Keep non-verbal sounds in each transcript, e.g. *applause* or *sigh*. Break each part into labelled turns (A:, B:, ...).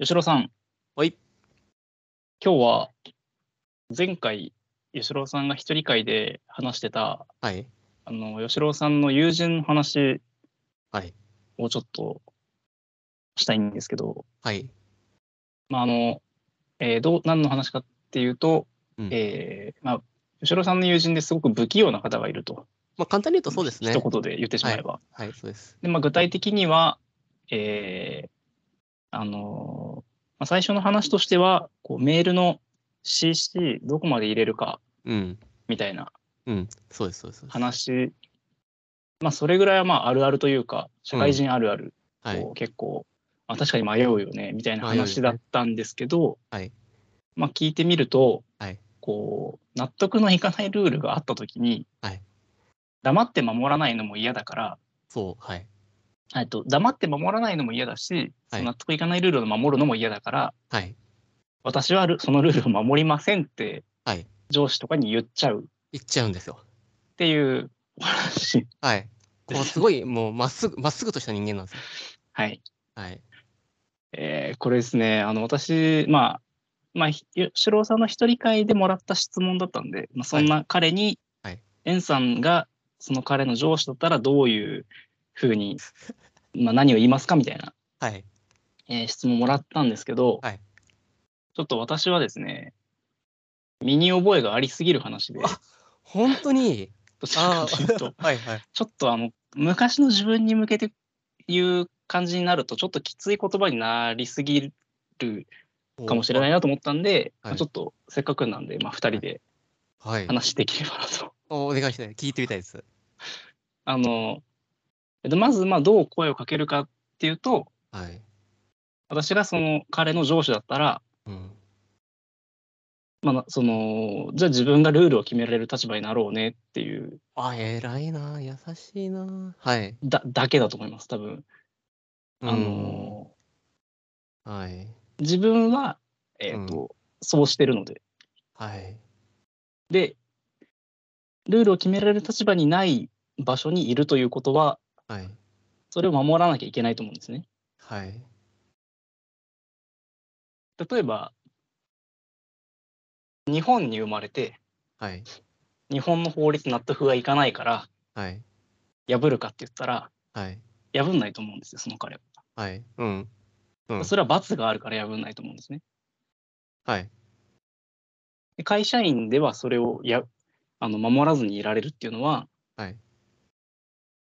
A: 吉郎さん。
B: はい。
A: 今日は、前回、吉郎さんが一人会で話してた、
B: はい。
A: あの、吉郎さんの友人の話
B: はい。
A: をちょっとしたいんですけど、
B: はい。
A: まあ、あの、えーどう、何の話かっていうと、
B: うん
A: えーまあ、吉郎さんの友人ですごく不器用な方がいると、
B: まあ、簡単に言うとそうですね
A: 一。言で言ってしまえば。
B: はい、そうです。
A: で、まあ、具体的には、えーあのーまあ、最初の話としては、こうメールの CC どこまで入れるか
B: うん。
A: みたいな
B: うん。そうです、そうです。そうです。
A: 話、まあ、それぐらいはまああるあるというか、社会人あるある、
B: はい
A: こ。う結構、あ、確かに迷うよねみたいな話
B: 迷う
A: だ
B: よね
A: ったんですけど、
B: はい
A: まあ、聞いてみると、
B: はい
A: こう納得のいかないルールがあったときに、
B: はい
A: 黙って守らないのも嫌だから、
B: そう、はい。
A: えっと、黙って守らないのも嫌だし、
B: はい
A: その納得いかないルールを守るのも嫌だから、
B: はい。
A: 私はルそのルールを守りませんって
B: はい。
A: 上司とかに言っちゃうっ
B: 言っちゃうんですよ。
A: ていうお話。 *laughs*
B: はい。こう、すごい、もう、まっすぐ、まっすぐとした人間なんですよ。
A: はい。
B: はい。
A: えーこれですね、あの、私、まあ、まあ、ひ吉郎さんの一人会でもらった質問だったんで、まあ、そんな彼に、
B: はいはい
A: エンさんがその彼の上司だったらどういうふうに、まあ、何を言いますかみたいな、
B: はい。
A: えー質問もらったんですけど、
B: はい
A: ちょっと私はですね、身に覚えがありすぎる話で、
B: あ本当に、
A: どちらかというと、
B: あー *laughs* はい、はい。。
A: ちょっとあの、昔の自分に向けて言う感じになると、ちょっときつい言葉になりすぎるかもしれないいなと思ったんで、
B: は
A: ま
B: い
A: あちょっとせっかくなんで、まあ、2人で
B: はい。
A: 話できればなと。 *laughs*
B: おお願いしたい。聞いてみたいです。
A: あの、でまず、まあ、どう声をかけるかっていうと、
B: はい。
A: 私がその彼の上司だったら、
B: うん。
A: まあ、その、じゃあ自分がルールを決められる立場になろうねっていう
B: あ、偉いな。優しいな。はい。
A: だだけだと思います、多分。あの、
B: うん、はい。
A: 自分は、えっ、と、そうしてるので。
B: はい。
A: で、ルールを決められる立場にない場所にいるということは、
B: はい。
A: それを守らなきゃいけないと思うんですね。
B: はい。
A: 例えば、日本に生まれて、
B: はい。
A: 日本の法律納得がいかないから、
B: はい。
A: 破るかって言ったら、
B: はい。
A: 破んないと思うんですよ、その彼は。
B: はい。うん。うん
A: それは罰があるから破んないと思うんですね。
B: はい。
A: で会社員ではそれをやあの守らずにいられるっていうのは、
B: はい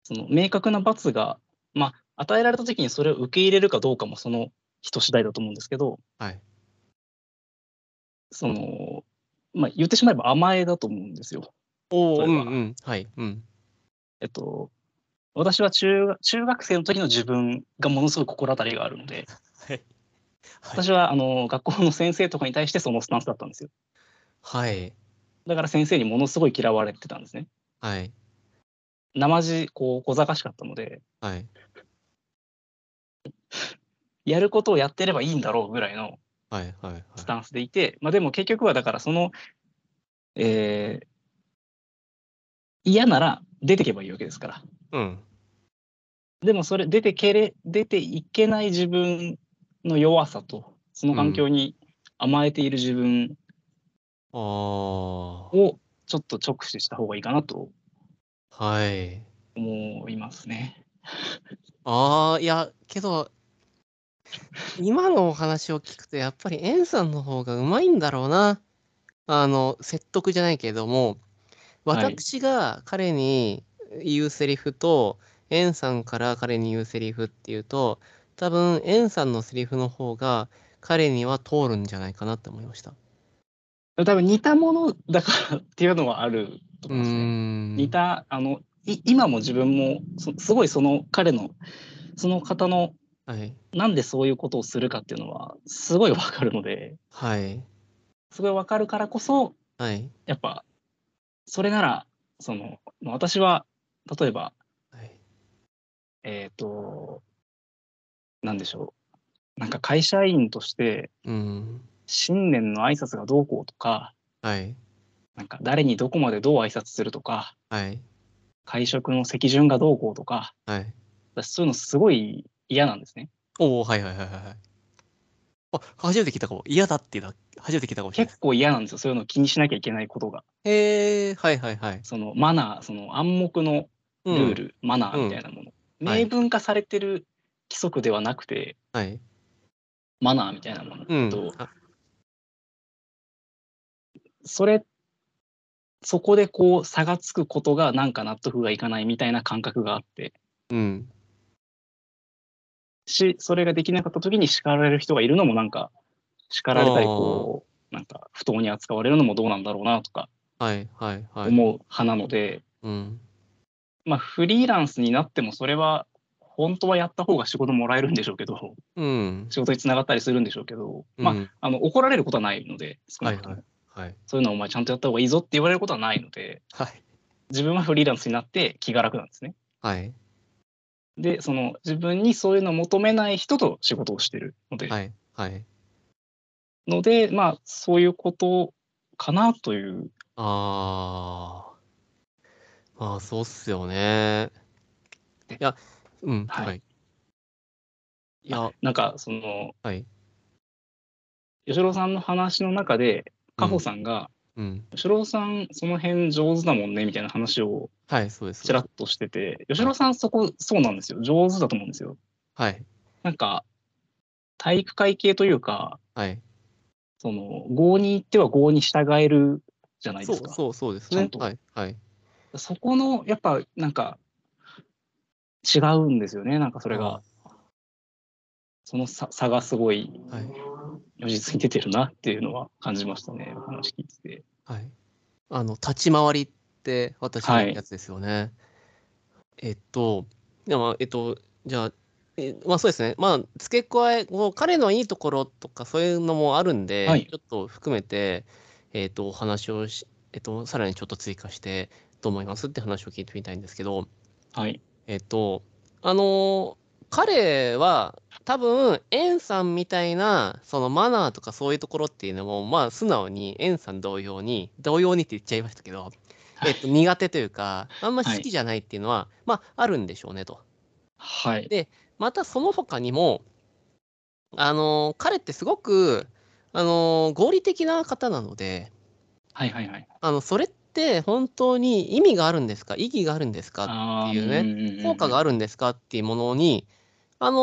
A: その明確な罰が、まあ、与えられた時にそれを受け入れるかどうかもその人次第だと思うんですけど、
B: はい。
A: そのまあ、言ってしまえば甘えだと思うんですよ。
B: お
A: そ
B: お、う
A: れ
B: ん
A: は
B: うん。はい。うん。
A: えっと、私は中学中学生の時の自分がものすごい心当たりがあるので、
B: *laughs* はい。
A: 私はあの学校の先生とかに対してそのスタンスだったんですよ。
B: はい。
A: だから先生にものすごい嫌われてたんですね。
B: はい。
A: なまじこう小賢しかったので、
B: はい。
A: やることをやってればいいんだろうぐらいの
B: はい。はい。
A: スタンスでいて、まあ、でも結局はだからその、えー嫌なら出てけばいいわけですから。
B: うん。
A: でもそれ出てけれ、出ていけない自分の弱さと、その環境に甘えている自分
B: ああ。
A: をちょっと直視した方がいいかなと
B: はい。
A: 思いますね。
B: ああ、いや、けど、今のお話を聞くと、やっぱりエンさんの方がうまいんだろうな。あの、説得じゃないけれども、
A: はい
B: 私が彼に言うセリフと、エンさんから彼に言うセリフっていうと、多分、エンさんのセリフの方が、彼には通るんじゃないかなって思いました。
A: 多分似たものだからっていうのはあると
B: う
A: 思い
B: ー
A: ますね。
B: ん。
A: 似たあのい今も自分もそすごいその彼のその方の
B: はい。
A: なんでそういうことをするかっていうのはすごいわかるので
B: はい。
A: すごいわかるからこそ
B: はい。
A: やっぱそれならそのまあ私は例えば
B: はい。
A: えっ、となんでしょうなんか会社員として
B: うん。
A: 新年の挨拶がどうこうとか
B: はい。
A: なんか誰にどこまでどう挨拶するとか
B: はい。
A: 会食の席順がどうこうとか
B: はい。
A: 私そういうのすごい嫌なんですね。
B: おお、はいはいはいはいはい。あ、初めて聞いたかも。嫌だって言うた、初めて聞いたかもしれないで
A: 結構嫌なんですよ。そういうのを気にしなきゃいけないことが。
B: す。へえ、はいはいはい。
A: そのマナー、その暗黙の
B: う
A: ル
B: ん
A: ール、マナーみたいなもの。
B: んはい
A: 明文化されてる規則ではなくて、
B: はい。
A: マナーみたいなもの。
B: うん
A: と。
B: あ
A: それ、そこでこう差がつくことがなんか納得がいかないみたいな感覚があって、
B: うん。
A: し、それができなかった時に叱られる人がいるのもなんか、叱られたり、こう、なんか不当に扱われるのもどうなんだろうなとか
B: はいはいはい。
A: 思う派なので、
B: うん。
A: まあフリーランスになってもそれは本当はやった方が仕事もらえるんでしょうけど、 *laughs*
B: うん。
A: 仕事につながったりするんでしょうけど、ま
B: う
A: あ、
B: ん
A: あの怒られることはないので、少なくとも
B: はいはい。
A: そういうのはお前ちゃんとやった方がいいぞって言われることはないので、
B: はい。
A: 自分はフリーランスになって気が楽なんですね。
B: はい。
A: で、その自分にそういうのを求めない人と仕事をしてるので、
B: はい。はい。
A: ので、まあ、そういうことかなという、
B: ああ。まあ、そうっすよね。いや、うん。
A: はい
B: はい。いや、
A: なんか、その、
B: はい。
A: 吉郎さんの話の中で、
B: うん
A: カホさんが、
B: うん。
A: 吉郎さん、その辺上手だもんね、みたいな話を
B: はい、そうです。
A: ちらっとしてて、吉郎さん、そこ、そうなんですよ。上手だと思うんですよ。
B: はい。
A: なんか、体育会系というか、
B: はい。
A: その、合に行っては合に従えるじゃないで
B: そ
A: す
B: う、
A: か。
B: そう、そうです
A: ちゃ
B: ね
A: ん。と
B: はい。はい。
A: そこの、やっぱ、なんか、違うんですよね、なんかそれが。その差差がすごい、
B: はい。
A: 如実に出てるなっていうのは感じましたね、話聞いてて。
B: はい。あの、立ち回りって私の
A: はい
B: やつですよね。えっと、でも、えっと、じゃあ、えまあそうですね。まあ、付け加え、もう彼のいいところとかそういうのもあるんで、
A: はい
B: ちょっと含めて、えっと、お話をし、えっと、さらにちょっと追加して、どう思いますって話を聞いてみたいんですけど、
A: はい。
B: えっと、あのー彼は多分、エンさんみたいな、そのマナーとかそういうところっていうのも、まあ素直に、エンさん同様に、同様にって言っちゃいましたけど、えっと、苦手というか、あんま好きじゃないっていうのは、まああるんでしょうねと。
A: はい。
B: またその他にも、あのー彼ってすごく、あのー合理的な方なので、
A: はいはいはい。
B: あの、それって本当に意味があるんですか意義があるんですか
A: あ
B: っていうね
A: ね
B: 効果
A: あ
B: があるんですかっていうものに、あのー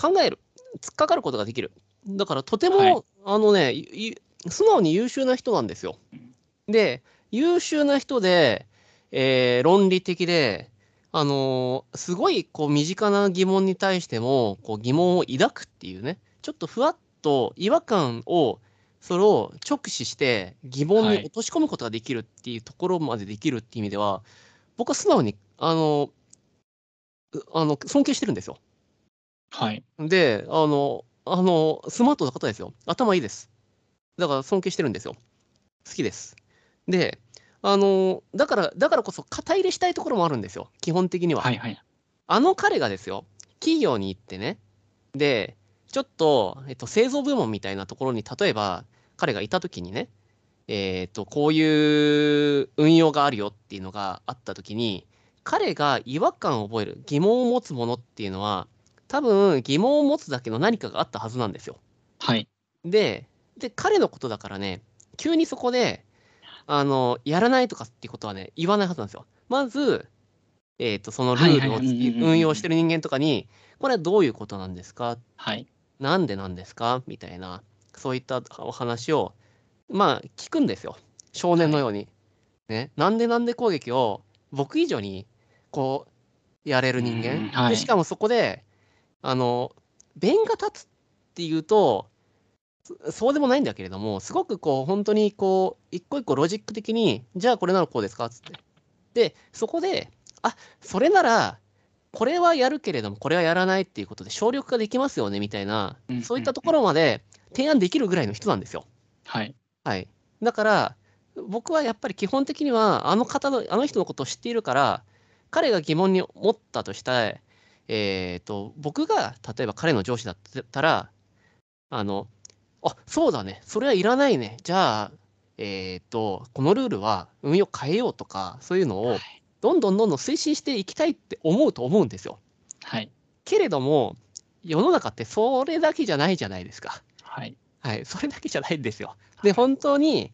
B: 考える突っかかることができるだからとても、
A: はい
B: あのねいい素直に優秀な人なんですよで優秀な人で、えー論理的であのーすごいこう身近な疑問に対してもこう疑問を抱くっていうねちょっとふわっと違和感をそれを直視して疑問に落とし込むことができるっていうところまでできるっていう意味では、僕は素直にあのうあの尊敬してるんですよ。
A: はい。
B: で、あの、あの、スマートな方ですよ。頭いいです。だから尊敬してるんですよ。好きです。で、あの、だから、だからこそ、肩入れしたいところもあるんですよ。基本的には。
A: はいはい。
B: あの彼がですよ、企業に行ってね、で、ちょっと、えっと、製造部門みたいなところに、例えば、彼がいたときにね、えーっと、こういう運用があるよっていうのがあったときに、彼が違和感を覚える、疑問を持つものっていうのは、多分、疑問を持つだけの何かがあったはずなんですよ。
A: はい。
B: で、で、彼のことだからね、急にそこで、あの、やらないとかっていうことはね、言わないはずなんですよ。まず、えっ、と、そのルールを
A: はいはいはいうんうんうんうん
B: 運用してる人間とかに、これはどういうことなんですか
A: はい。
B: なんでなんですかみたいな、そういったお話を、まあ、聞くんですよ。少年のように。ね。なんでなんで攻撃を、僕以上に、こう、やれる人
A: うん
B: 間。
A: は
B: で
A: い
B: しかもそこで、あの、弁が立つっていうと、そそうでもないんだけれども、すごくこう、本当にこう、一個一個ロジック的に、じゃあこれならこうですかつって。で、そこで、あ、それなら、これはやるけれども、これはやらないっていうことで省力化できますよね、みたいな
A: うんうんう、ん
B: そういったところまで提案できるぐらいの人なんですよ。
A: はい。
B: はい。だから、僕はやっぱり基本的には、あの方の、あの人のことを知っているから、彼が疑問に思ったとしたら、えっと、僕が、例えば彼の上司だったら、あの、あ、そうだね、それはいらないね。じゃあ、えっと、このルールは運用変えようとか、そういうのを、どんどんどんどん推進していきたいって思うと思うんですよ。
A: はい。
B: けれども、世の中ってそれだけじゃないじゃないですか。
A: はい。
B: はい、それだけじゃないんですよ。で、本当に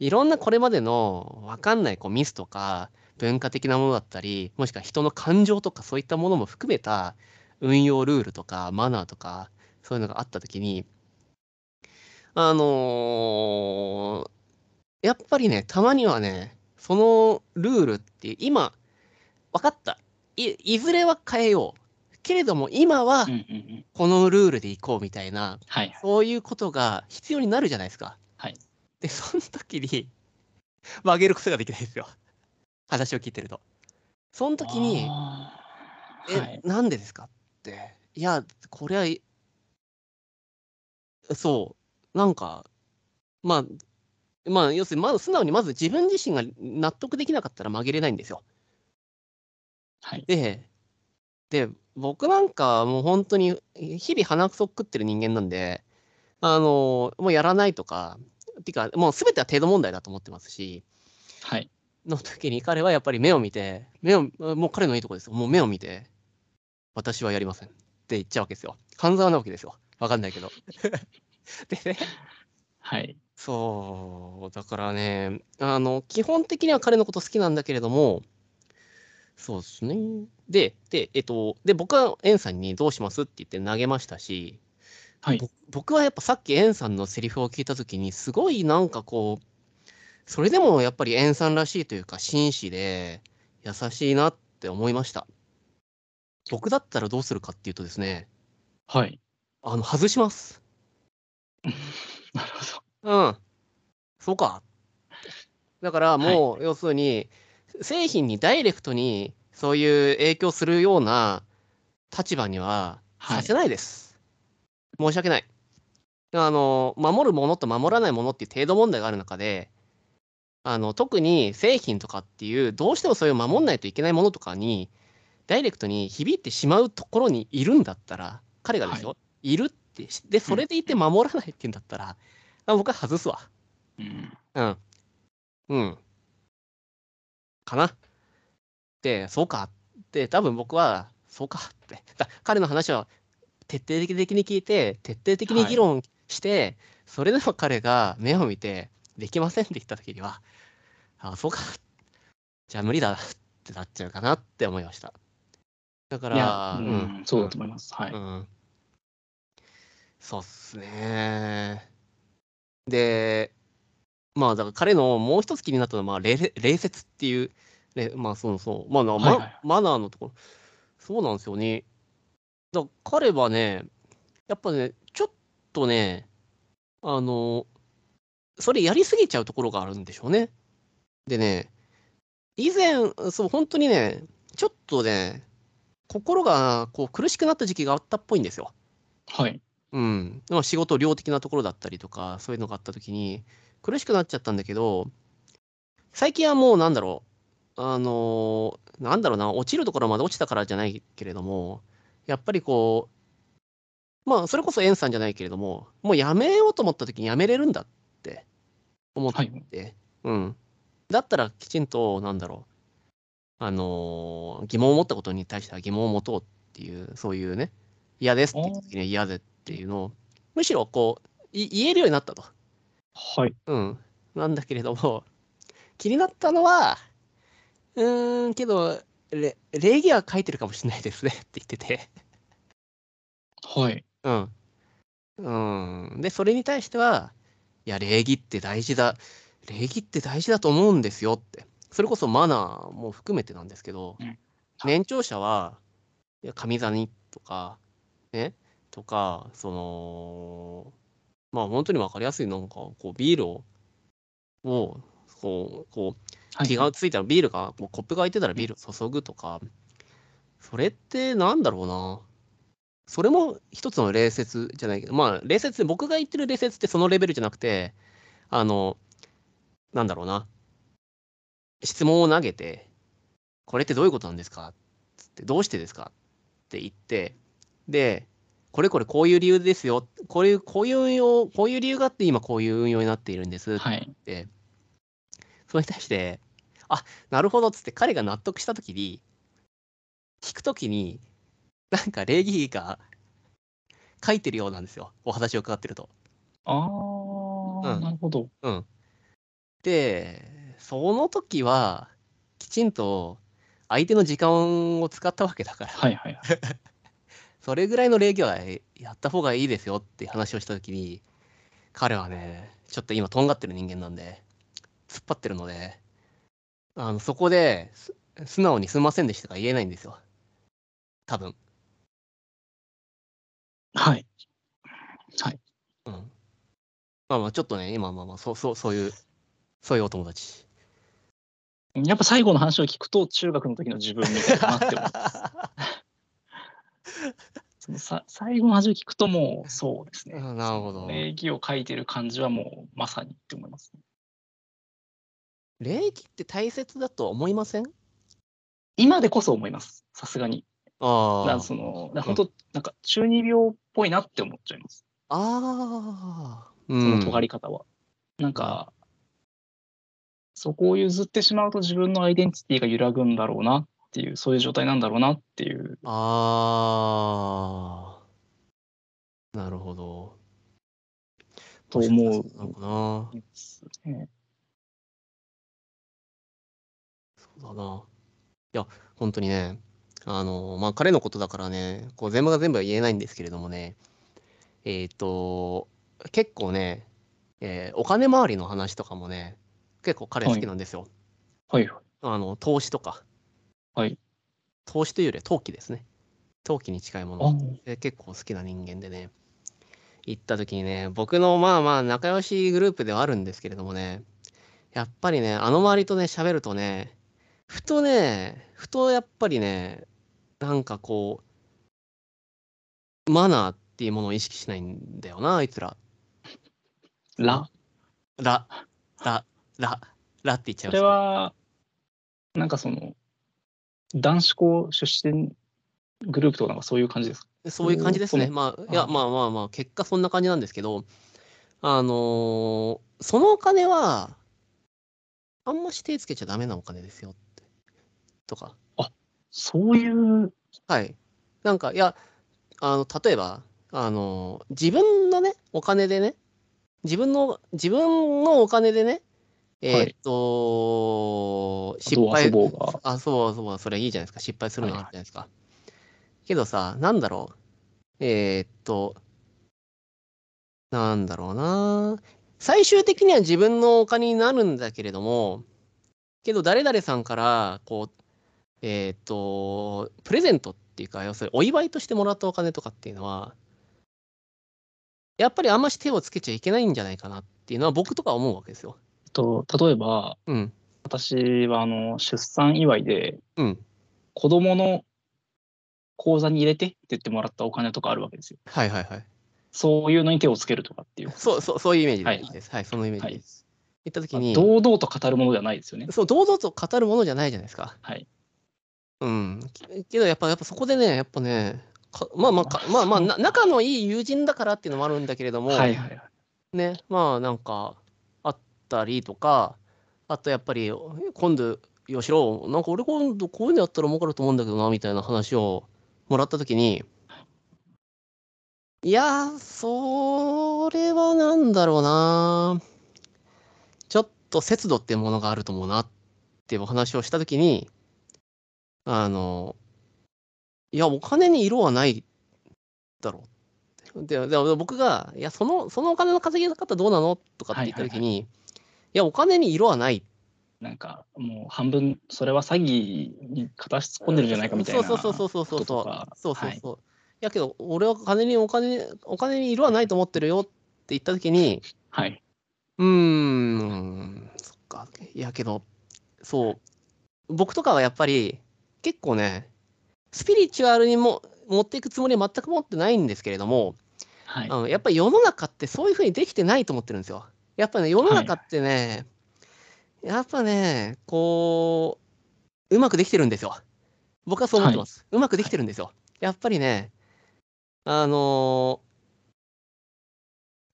B: いろんなこれまでの分かんないこうミスとか文化的なものだったり、もしくは人の感情とかそういったものも含めた運用ルールとかマナーとかそういうのがあったときに、あのーやっぱりね、たまにはね、そのルールって今、分かった。いいずれは変えよう。けれども今は
A: うんうんうん。
B: このルールでいこうみたいな、
A: はい。
B: そういうことが必要になるじゃないですか。
A: はい。
B: で、その時に *laughs* 曲げることができないんですよ。 *laughs* 話を聞いてると。その時に、
A: あー
B: え、
A: はい。
B: なんでですかって。いや、これは、いそう、なんか、まあ、まあ、要するに、まず素直にまず自分自身が納得できなかったら曲げれないんですよ。
A: はい。
B: で、で、僕なんかもう本当に日々鼻くそ食ってる人間なんで、あの、もうやらないとか、てか、もう全ては程度問題だと思ってますし、
A: はい。
B: の時に彼はやっぱり目を見て、目を、もう彼のいいとこですよ。もう目を見て、私はやりませんって言っちゃうわけですよ。半沢なわけですよ。わかんないけど。でね、
A: はい。
B: そう、だからね、あの、基本的には彼のこと好きなんだけれども、そうですね。で、で、えっと、で、僕はエンさんにどうしますって言って投げましたし、
A: はい
B: ぼ僕はやっぱさっきエンさんのセリフを聞いたときに、すごいなんかこう、それでもやっぱりエンさんらしいというか、紳士で優しいなって思いました。僕だったらどうするかっていうとですね、
A: はい。
B: あの、外します。
A: なるほ
B: うん。そうか。だからもう、要するに、製品にダイレクトにそういう影響するような立場には
A: はい
B: させないです。申し訳ない。あの、守るものと守らないものっていう程度問題がある中で、あの、特に製品とかっていう、どうしてもそういう守んないといけないものとかに、ダイレクトに響いてしまうところにいるんだったら、彼がですよ、い、るって、で、それでいて守らないっていうんだったら、あ僕は外すわ。
A: ど。うん。
B: うん。うん。かな。で、そうかって、多分僕は、そうかって。だ彼の話は徹底的に聞いて、徹底的に議論して、それでも彼が目を見て、できませんって言った時には、あ、そうか。じゃあ無理だってなっちゃうかなって思いました。だか
A: いや
B: ら、、
A: うん、そうだと思います。はい。
B: うん。そうっすね。で、まあだから彼のもう一つ気になったのは、まあ、礼礼節っていう、ね、まあそうそう、まあ、ま
A: はいはい
B: マナーのところ、そうなんですよね。だから彼はね、やっぱね、ちょっとね、あの、それやりすぎちゃうところがあるんでしょうね。でね、以前、そう、本当にね、ちょっとね、心がこう苦しくなった時期があったっぽいんですよ。
A: はい。
B: うん。まあ、仕事量的なところだったりとか、そういうのがあった時に、苦しくなっちゃったんだけど、最近はもうなんだろう、あのーなんだろうな、落ちるところまで落ちたからじゃないけれども、やっぱりこう、まあ、それこそエンさんじゃないけれども、もうやめようと思った時にやめれるんだって思っ
A: はい。
B: って、うん。だったらきちんと、なんだろう、あのー疑問を持ったことに対しては疑問を持とうっていう、そういうね、嫌ですって言った時には嫌でっていうのを、むしろこう、い言えるようになったと。
A: はい。
B: うん。なんだけれども、気になったのは、うーん、けど、れ礼儀は書いてるかもしれないですねって言ってて。
A: はい。
B: うん。うん。で、それに対しては、いや、礼儀って大事だ。礼儀って大事だと思うんですよって。それこそマナーも含めてなんですけど、
A: うん
B: 年長者は、いや、神座にとか、ね、とか、その、まあ本当にわかりやすい、なんか、こう、ビールを、を、こう、こう、
A: はい。
B: 気がついたらビールが、もうコップが空いてたらビールを注ぐとか、それってなんだろうな。それも一つの礼節じゃないけど、まあ、礼節って僕が言ってる礼節ってそのレベルじゃなくて、あの、なんだろうな。質問を投げて、これってどういうことなんですかつって、どうしてですかって言って、で、これこれこういう理由ですよ。こういう、こういう運用、こういう理由があって今こういう運用になっているんです。
A: はい。
B: って、それに対して、あなるほどっつって彼が納得したときに、聞くときに、なんか礼儀が書いてるようなんですよ、お話を伺ってると。
A: ああ、
B: うん
A: なるほど。
B: で、その時は、きちんと相手の時間を使ったわけだから、
A: はいはいはい。
B: それぐらいの礼儀はやった方がいいですよって話をした時に、彼はね、ちょっと今とんがってる人間なんで、突っ張ってるので、あのそこです素直にすいませんでしたが言えないんですよ。多分。
A: はい。はい。
B: うん。まあまあ、ちょっとね、今まあまあ、そう、そう、そういう、そういうお友達。
A: やっぱ最後の話を聞くと、中学の時の自分みたいだなって
B: *laughs*
A: 思うそのさ。最後の話を聞くと、もうそうですね。
B: あなるほど。
A: 礼儀を書いてる感じはもうまさにって思います、ね。
B: *laughs* 礼儀って大切だと思いません
A: 今でこそ思います。さすがに。だか
B: あ
A: らその、だから本当、なんか中二病っぽいなって思っちゃいます。
B: あ。ああ。
A: そ
B: うん
A: の尖り方は。なんか、そこを譲ってしまうと自分のアイデンティティが揺らぐんだろうなっていう、そういう状態なんだろうなっていう。
B: ああ。なるほど。
A: と思う
B: なのかな。
A: ね
B: そうだな。いや、本当にね、あの、まあ、彼のことだからね、こう全部が全部は言えないんですけれどもね、えっ、と、結構ね、えーお金回りの話とかもね、結構彼好きなんですよ。
A: はいはい。
B: あの、投資とか。
A: はい。
B: 投資というよりは投機ですね。投機に近いも
A: あ
B: の。で結構好きな人間でね、行った時にね、僕のまあまあ仲良しグループではあるんですけれどもね、やっぱりね、あの周りとね、喋るとね、ふとね、ふとやっぱりね、なんかこう、マナーっていうものを意識しないんだよな、あいつら。
A: ラ。
B: ら、ら、ら、らって言っちゃ
A: そ
B: いまし
A: れ
B: た。
A: は、なんかその、男子校出身グループとかなんかそういう感じですか
B: そういう感じですね。
A: うん
B: まあ、
A: ん
B: いや、まあまあまあ、結果そんな感じなんですけど、あのーそのお金は、あんまし手つけちゃダメなお金ですよって。とか。
A: そういう、
B: はい。なんか、いや、あの、例えば、あのー自分のね、お金でね、自分の、自分のお金でね、えーっと、失
A: どう遊
B: 敗、
A: ぼうが。
B: あ、そうそう、それいいじゃないですか。失敗するのあるじゃないですか。けどさ、なんだろう。えーっと、なんだろうな。最終的には自分のお金になるんだけれども、けど誰々さんから、こう、えーっと、プレゼントっていうか、要するにお祝いとしてもらったお金とかっていうのは、やっぱりあんまし手をつけちゃいけないんじゃないかなっていうのは僕とか思うわけですよ。
A: えっと、例えば、
B: うん。
A: 私はあの出産祝いで、
B: うん。
A: 子供の口座に入れてって言ってもらったお金とかあるわけですよ。
B: はいはいはい。
A: そういうのに手をつけるとかっていう。
B: そうそう、そういうイメージ
A: はい
B: でいいです。はい、そのイメージ
A: は
B: でいい
A: い
B: です。、行った時
A: まあ
B: に、
A: 堂々と語るものではないですよね。
B: そう堂々と語るものじゃないじゃないですか。
A: はい。
B: うん。けどやっぱやっぱそこでねやっぱねかまあまあかまあまあな仲のいい友人だからっていうのもあるんだけれども、
A: はいはいはい。
B: ねまあなんかあったりとかあとやっぱり今度吉郎なんか俺今度こういうのやったら儲かると思うんだけどなみたいな話をもらった時にいやーそれはなんだろうなちょっと節度っていうものがあると思うなっていうお話をした時にあのいやお金に色はないだろうでで僕が「いやそのそのお金の稼ぎ方どうなの?」とかって言った時に「いやお金に色はない」
A: なんかもう半分それは詐欺に片足突っ込んでるんじゃないかみたいな。
B: そうそうそうそうそうそう
A: こと
B: そ
A: と
B: う
A: か
B: そうそう
A: はい
B: そう、い、やけど俺は金にお金お金に色はないと思ってるよって言った時に
A: はい。
B: うーんそっかいやけどそう僕とかはやっぱり結構ねスピリチュアルにも持っていくつもりは全く持ってないんですけれども、
A: はい。
B: あのやっぱり世の中ってそういうふうにできてないと思ってるんですよ。やっぱね世の中ってね、やっぱねこううまくできてるんですよ。僕はそう思ってます。うまくできてるんですよ。やっぱりねあの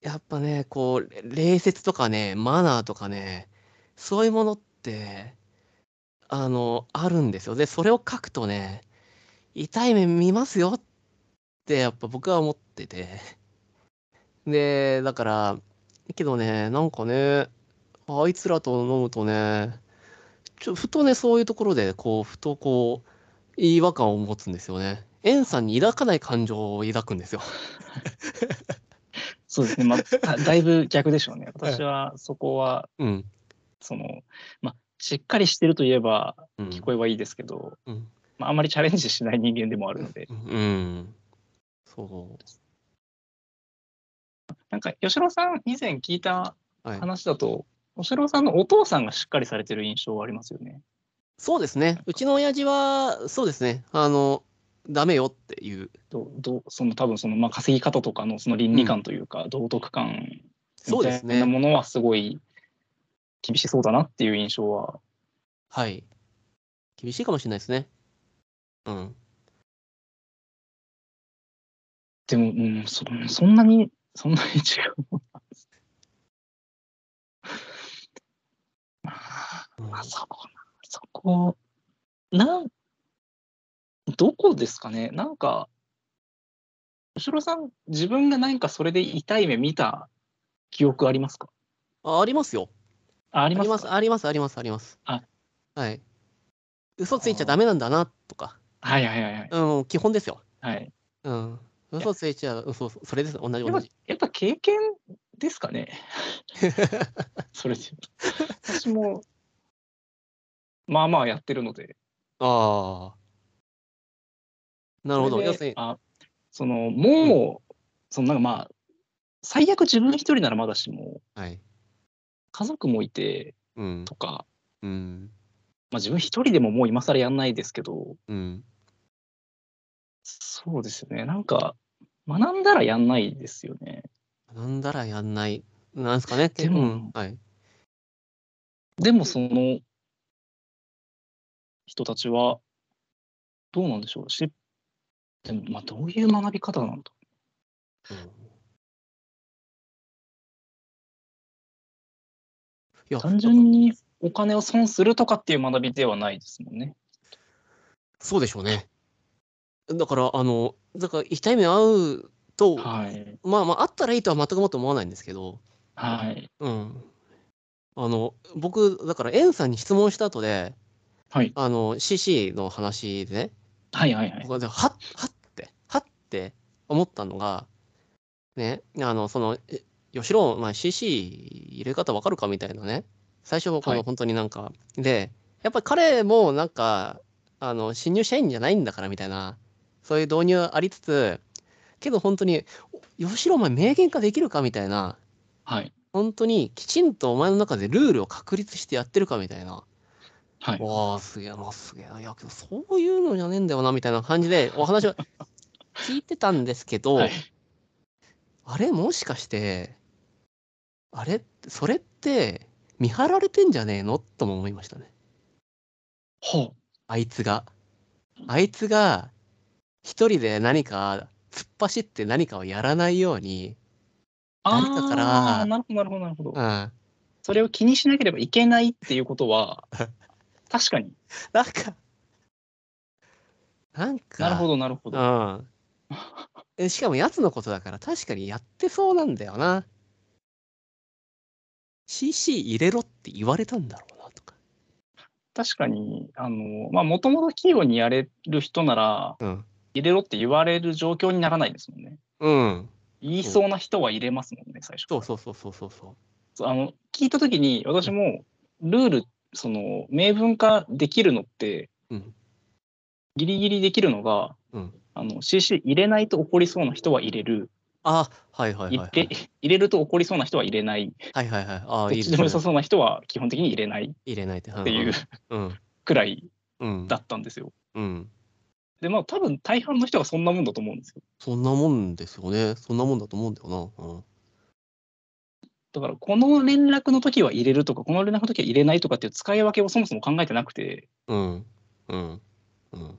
B: ーやっぱねこうれ礼節とかねマナーとかねそういうものってあのあるんですよ。でそれを書くとね痛い目見ますよってやっぱ僕は思ってて。で、だから、けどね、なんかね、あいつらと飲むとね、ちょふとね、そういうところで、こう、ふとこう、違和感を持つんですよね。エンさんに抱かない感情を抱くんですよ。
A: そうですね、まあ、だだいぶ逆でしょうね。私はそこは、
B: うん。
A: その、まあ、しっかりしてるといえば
B: うん
A: 聞こえはいいですけど、
B: うん
A: まあ、あんまりチャレンジしない人間でもあるので、
B: うん。そ
A: なんか、吉郎さん、以前聞いた
B: う。はい。
A: 話だと、吉郎さんのお父さんがしっかりされてる印象はありますよね。
B: そうですね。うちの親父は、そうですね。あの、ダメよっていう。
A: どどうその多分その、まあ、稼ぎ方とかのその倫理観というか、道徳観み
B: そうで
A: たい
B: す
A: な
B: ね。
A: ものはすごい厳しそうだなっていう印象は、
B: はい。厳しいかもしれないですね。うん。
A: でも、うん、そそんなに、そんなに違うもんなんです。まあ
B: うん
A: まあ、そこな、そこ、なん、どこですかね、なんか、後ろさん、自分が何かそれで痛い目見た記憶ありますか
B: あありますよ。
A: ああり
B: あ
A: ま
B: り
A: す
B: ま
A: か
B: す、あります、あります、あります。
A: あ
B: はい。嘘ついちゃダメなんだな、とか。
A: はいはいはいはい。
B: うん、基本ですよ。
A: はい、
B: うん。嘘ついちゃう、そう、それです。同じ
A: やっ
B: 同
A: ぱ
B: じ。
A: やっぱ経験ですかね。それで言うと私も、まあまあやってるので。
B: *laughs* ああ。なるほ
A: そ
B: ど。
A: れで
B: 要するに、
A: あそのもう、そのなんかまあ、最悪自分一人ならまだしも、
B: はい。
A: 家族もいて
B: うん。
A: とか、
B: うん。
A: まあ、自分一人でももう今更やんないですけど、
B: うん。
A: そうですよね、なんか、学んだらやんないですよね。
B: なんだらやんない。なんすかね。
A: でも
B: うんはい。
A: でもその人たちはどうなんでしょうしでもまあどういう学び方なんだ
B: うんいや、
A: 単純にお金を損するとかっていう学びではないですもんね。
B: そうでしょうね。だから、あの、だから、痛い目合うと、
A: はい。
B: まあまあ、あったらいいとは全くもっと思わないんですけど、
A: はい。
B: うん。あの、僕、だから、エンさんに質問した後で、
A: はい。
B: あの、CC の話でね、
A: はいはいはい。
B: 僕はで、はっ、はって、はって思ったのが、ね、あの、その、え吉郎、まあ、CC 入れ方わかるかみたいなね、最初はこ
A: は
B: の
A: い
B: 本当になんか、で、やっぱり彼もなんか、あの、新入社員じゃないんだからみたいな、そういう導入ありつつ、けど本当に、お吉郎お前明言化できるかみたいな、
A: はい。
B: 本当にきちんとお前の中でルールを確立してやってるかみたいな。
A: はい。
B: わあ、すげえな、すげえな。いや、けどそういうのじゃねえんだよな、みたいな感
A: *laughs*
B: じでお話を聞いてたんですけど、
A: はい
B: あれ、もしかして、あれ、それって見張られてんじゃねえのとも思いましたね。
A: ほう。
B: あいつが。あいつが、一人で何か、突っ走って何かをやらないように、何かから
A: あーなるほどなるほどなるほど
B: う。ん。
A: それを気にしなければいけないっていうこと
B: *laughs*
A: は確かに。
B: なんか、なんか、
A: なるほどなるほど。
B: うん。えしかも、やつのことだから、確かにやってそうなんだよな。CC 入れろって言われたんだろうな、とか。
A: 確かにあのまあもともと器用にやれる人なら
B: うん。
A: 入れろって言われる状況にならないですもんね。
B: うん。
A: 言いそうな人は入れますもんね、最初か
B: そ
A: ら
B: うそうそうそうそうそ
A: そうあの聞いた時に私もルールその明文化できるのって、
B: うん
A: ギリギリできるのが、
B: う。うん。
A: あの CC 入れないと怒りそうな人は入れる、
B: あ、はいはいはい、は
A: 入
B: い
A: れ。入れると怒りそうな人は入れない
B: はいはいはい。あ
A: ど
B: あ、
A: っ
B: いいで
A: ち
B: す
A: で
B: ね
A: も良さそうな人は基本的に入れない
B: 入れないって。っ
A: っていう
B: うん。
A: くらい
B: うん。
A: だったんですよ。
B: うん。
A: でまあ多分大半の人がそんなもんだと思うんですよ。
B: そんなもんですよね。そんなもんだと思うんだよな。うん。
A: だからこの連絡の時は入れるとかこの連絡の時は入れないとかっていう使い分けをそもそも考えてなくて、
B: うん。うん。うん。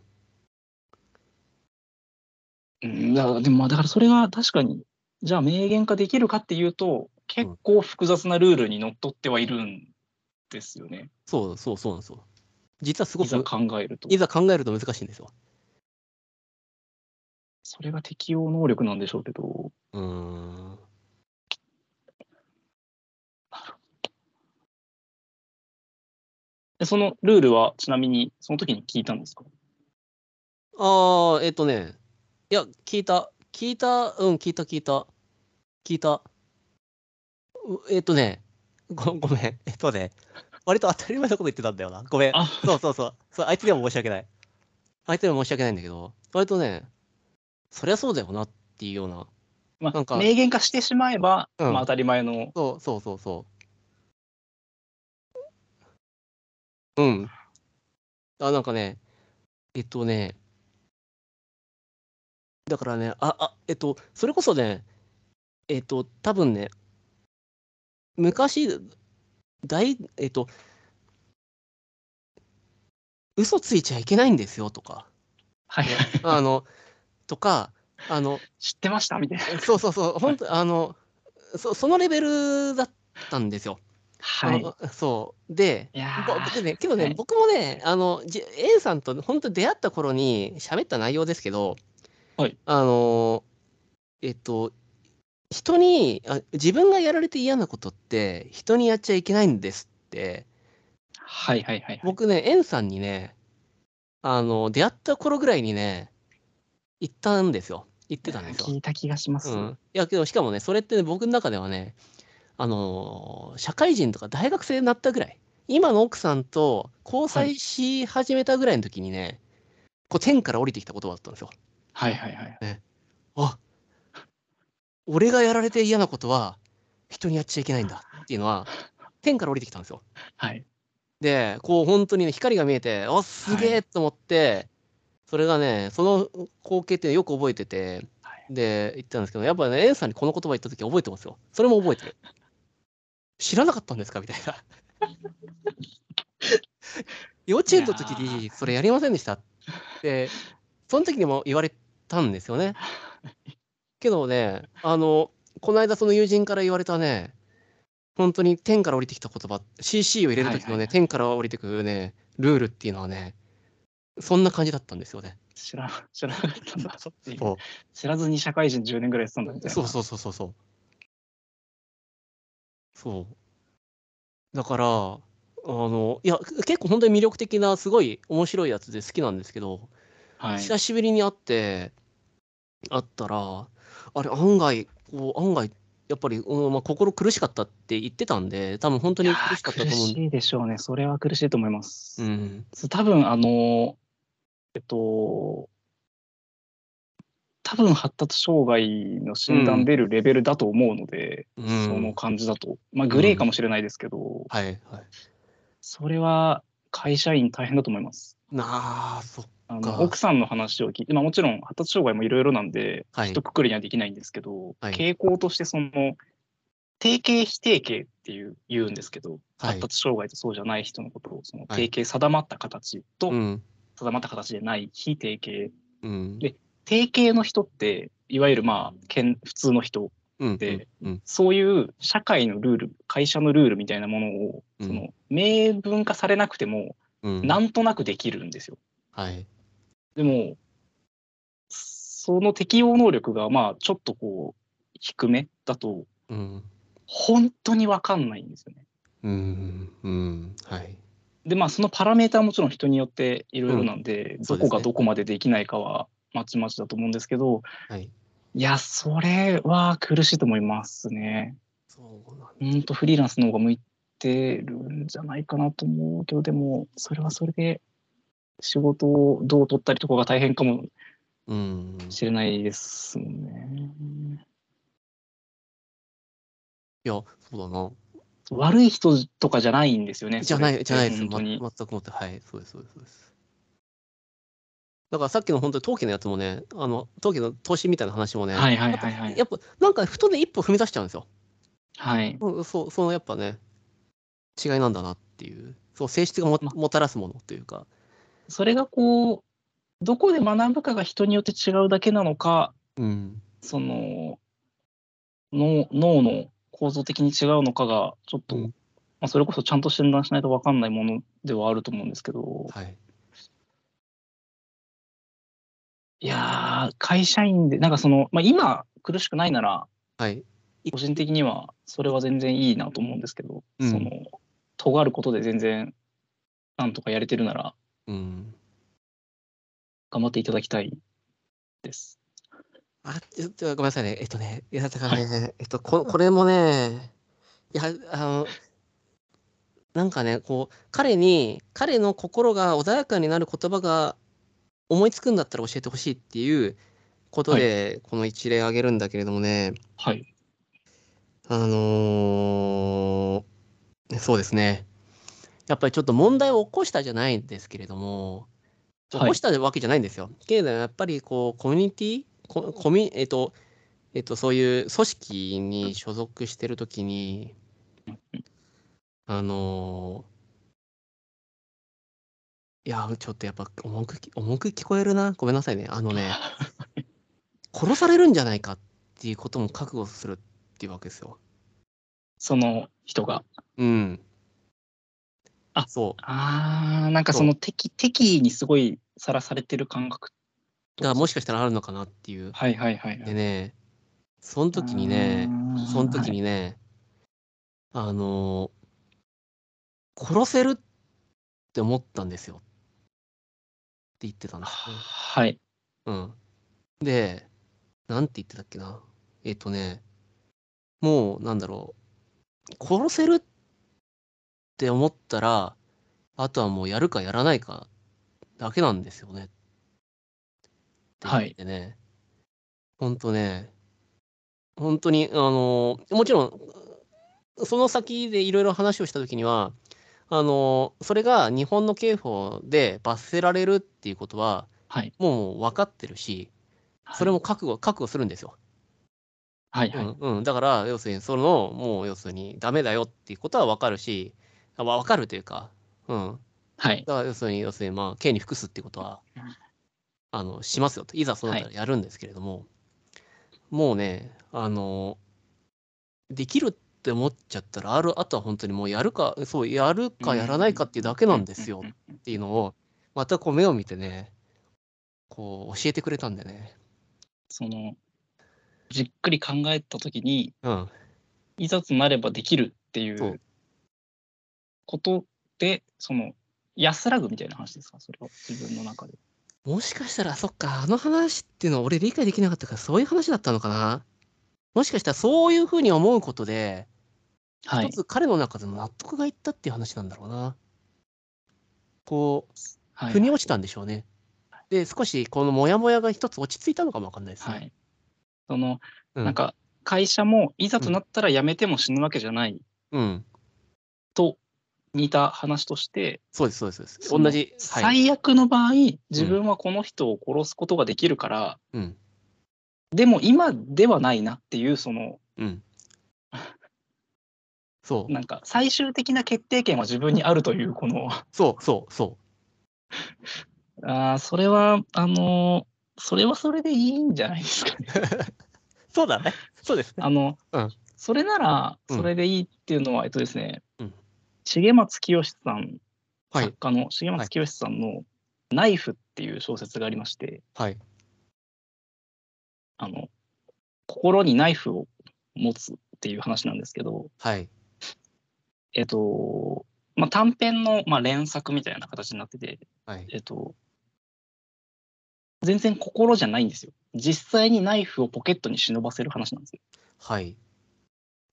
A: うん、だからでもまあだからそれが確かにじゃあ明言化できるかっていうと結構複雑なルールにのっとってはいるんですよね、
B: そうそうそうなんですよ。実はすご
A: いざ
B: く、
A: 考えると
B: いざ考えると難しいんですよ。
A: それが適応能力なんでしょうけど
B: うーん。
A: でそのルールはちなみにその時に聞いたんですか
B: ああ、えっとね。いや、聞いた。聞いた。うん、聞いた、聞いた。聞いた。うえっとね。ご *laughs* ごめん。えっとね。割と当たり前のこと言ってたんだよな。ごめん。
A: あ
B: そうそうそう。そう相手でも申し訳ない。相手でも申し訳ないんだけど、割とね、そりゃそうだよなっていうような。
A: ま
B: なん
A: あ、
B: か
A: 明言化してしまえば、
B: うん
A: まあ、当たり前の
B: そうそうそうそう。うん。あ、なんかね、えっとね、だからね、あ、あ、えっと、それこそね、えっと、多分ね、昔、大、えっと、嘘ついちゃいけないんですよとか、
A: はい、
B: あの、とか、あの、
A: 知ってましたみたいな。
B: そうそうそう、本当、あの、そそのレベルだったんですよ。
A: はい。い
B: あのそう。で、
A: や
B: ぼ
A: ー
B: でね、けどね、
A: はい
B: 僕もね、あの、じ A さんと本当出会った頃に喋った内容ですけど、
A: はい
B: あの、えっと、人にあ、自分がやられて嫌なことって、人にやっちゃいけないんですって、
A: はいはいはいはい。
B: 僕ね、A さんにね、あの、出会った頃ぐらいにね、言ったんですよ。言ってたんですよ。
A: 聞いた気がします。
B: うん、いやけどしかもねそれってね僕の中ではねあのー社会人とか大学生になったぐらい今の奥さんと交際し始めたぐらいの時にね、こう天から降りてきた言葉だったんですよ。
A: はいはいはい。
B: あ俺がやられて嫌なことは人にやっちゃいけないんだっていうのは天から降りてきたんですよ。
A: はい。
B: でこう本当にね光が見えてあすげ
A: は
B: えと思って、それがねその光景ってよく覚えてて、
A: はい
B: で言ったんですけどやっぱね A さんにこの言葉言った時覚えてますよそれも覚えてる知らなかったんですかみたい
A: *laughs*
B: な幼稚園の時
A: い
B: にそれやりませんでしたってその時にも言われたんですよねけどねあのこの間その友人から言われたね本当に天から降りてきた言葉 CC を入れる時
A: は
B: のね、
A: いはいはい
B: 天から降りてくるねルールっていうのはねそんな感じだったんですよね。
A: 知ら知らなかったんだっていう
B: そ
A: 知らずに社会人10年ぐらいやってたんだみたいな。
B: うそうそうそうそう。そう。だから、あの、いや、結構本当に魅力的な、すごい面白いやつで好きなんですけど、
A: はい。
B: 久しぶりに会って、会ったら、あれ、案外、こう、案外、やっぱり、うんまあ、心苦しかったって言ってたんで、多分本当
A: い
B: に
A: や
B: 苦
A: ー
B: しかったと思
A: 苦
B: うんで。
A: しいでしょうね。それは苦しいと思います。
B: うん。
A: そう多分あのーえっと多分発達障害の診
B: う
A: 断
B: ん
A: 出るレベルだと思うので、
B: う
A: その
B: ん。
A: 感じだとまあグレーかもしれないですけど、
B: はい、はい。
A: それは会社員大変だと思います。
B: なあ、そっ
A: あ
B: か
A: の奥さんの話を聞いて、まあ、もちろん発達障害もいろいろなんで、
B: はい
A: 一括りにはできないんですけど、
B: はい
A: 傾向としてその定型非定型っていう言うんですけど、
B: はい
A: 発達障害とそうじゃない人のことをその
B: はい
A: 定型定まった形と、
B: うん。
A: 定まった形でない非定型
B: うん。
A: で定型の人っていわゆるまあけん普通の人
B: うん
A: で
B: うん。
A: そういう社会のルール会社のルールみたいなものを
B: うん
A: その明文化されなくても
B: うん。
A: なんとなくできるんですよ。
B: はい。
A: でもその適応能力がまあちょっとこう低めだと
B: うん。
A: 本当に分かんないんですよね。
B: うん。うん。はい。
A: でまあそのパラメーターはもちろん人によっていろいろなんで、
B: そう
A: ど
B: です
A: こが
B: ね
A: どこまでできないかはまちまちだと思うんですけど、
B: はい。
A: いや、それは苦しいと思いますね。
B: そうなん
A: ほんとフリーランスの方が向いてるんじゃないかなと思うけど、でも、それはそれで仕事をどう取ったりとかが大変かも
B: うん。
A: しれないですもんね。
B: いや、そうだな。
A: 悪い人とかじゃないんですよね。
B: じゃ
A: それ
B: な
A: って
B: い、じゃないです。
A: 本当に。
B: ま全くもって、はい、そうです、そうです、そうです。だからさっきの本当に陶器のやつもね、あの、陶器の投資みたいな話もね、
A: はいはいはいはい。
B: やっぱなんかふとね、一歩踏み出しちゃうんですよ。
A: はい。
B: うんそう、そのやっぱね、違いなんだなっていう、そう、性質がも
A: ま
B: もたらすものというか、
A: それがこう、どこで学ぶかが人によって違うだけなのか、
B: うん、
A: その脳脳の構造的に違うのかがちょっと、
B: うん
A: まあ、それこそちゃんと診断しないと分かんないものではあると思うんですけど
B: はい。
A: いやー会社員でなんかその、まあ、今苦しくないなら
B: はい。
A: 個人的にはそれは全然いいなと思うんですけど、
B: うん
A: その尖ることで全然なんとかやれてるなら、
B: うん。
A: 頑張っていただきたいです。
B: あ、ちょっとごめんなさいね。えっとね、いや、だからね、えっとこ、これもね、いや、あの、なんかね、こう、彼に、彼の心が穏やかになる言葉が思いつくんだったら教えてほしいっていうことで、この一例挙げるんだけれどもね、
A: はい。
B: あのーそうですね。やっぱりちょっと問題を起こしたじゃないんですけれども、起
A: はい
B: こしたわけじゃないんですよ。けれどやっぱりこうコミュニティココミえっとえっとそういう組織に所属してるときに、あのーいやちょっとやっぱ重くき重く聞こえるなごめんなさいねあ
A: *laughs*
B: のね殺されるんじゃないかっていうことも覚悟するっていうわけですよ。
A: その人が。
B: うん。
A: あ
B: そう。
A: あー、なんかその敵、敵意にすごいさらされてる感覚。
B: だからもしかしたらあるのかなっていう。
A: はいはいはいはい。
B: でね、その時にね、
A: あー
B: その時にね、あのー殺せるって思ったんですよ。って言ってたんですよね
A: はい。
B: うん。で、なんて言ってたっけな。えっとね、もう、なんだろう。殺せるって思ったら、あとはもうやるかやらないかだけなんですよね。
A: はい
B: でね、ほんとね、本当に、あの、もちろん、その先でいろいろ話をしたときには、あの、それが日本の刑法で罰せられるっていうことは、
A: はい。
B: もう分かってるし、
A: はい
B: それも覚悟、覚悟するんですよ。
A: はいはい。
B: うん、うん。だから、要するに、その、もう、要するに、ダメだよっていうことは分かるし、あわ分かるというか、うん。
A: はい。
B: だから、要するに、要するに、まあ、刑に服すっていうことは
A: うん、
B: あの、しますよと。いざそうなったらやるんですけれども、もうね、あの、できるって思っちゃったら、ある、あとは本当にもうやるか、そう、やるかやらないかっていうだけなんです
A: う
B: よ
A: んうんうん
B: っていうのを、またこう目を見てね、こう教えてくれたんだよね。
A: その、じっくり考えた時に、
B: うん。
A: いざとなればできるってい
B: そう
A: うことで、その、安らぐみたいな話ですか、それは自分の中で。
B: もしかしたら、そっか、あの話っていうのは俺理解できなかったから、そういう話だったのかな。もしかしたらそういうふうに思うことで、
A: はい。
B: 一つ彼の中での納得がいったっていう話なんだろうな。こう、
A: はい
B: 腑に落ちたんでしょうね。で、少しこのモヤモヤが一つ落ち着いたのかもわかんないです
A: は
B: ね。
A: い。その、
B: う
A: なん、か、会社もいざとなったら辞めても死ぬわけじゃない
B: うん。
A: と似た話として、
B: そうです、そうです。そうです
A: その
B: 同じ。はい。
A: 最悪の場合、自分はこの人を殺すことができるから、
B: うん。
A: でも今ではないなっていう、その、
B: うん。そう。
A: なんか、最終的な決定権は自分にあるという、この、 *laughs*
B: そうそうそ
A: ああ、それは、あのーそれはそれでいいんじゃないですかね。
B: う。そうだね。そうですね。
A: あの、
B: うん
A: それなら、
B: うん
A: それでいいっていうのは、えっとですね、
B: うん
A: 重松清さん、
B: はい
A: 作家の重松清さんの「ナイフ」っていう小説がありまして、
B: はい。
A: あの、心にナイフを持つっていう話なんですけど、
B: はい。
A: えっと、まあ、短編の、まあ、連作みたいな形になってて、
B: はい。
A: えっと、全然心じゃないんですよ。実際にナイフをポケットに忍ばせる話なんですよ。
B: はい。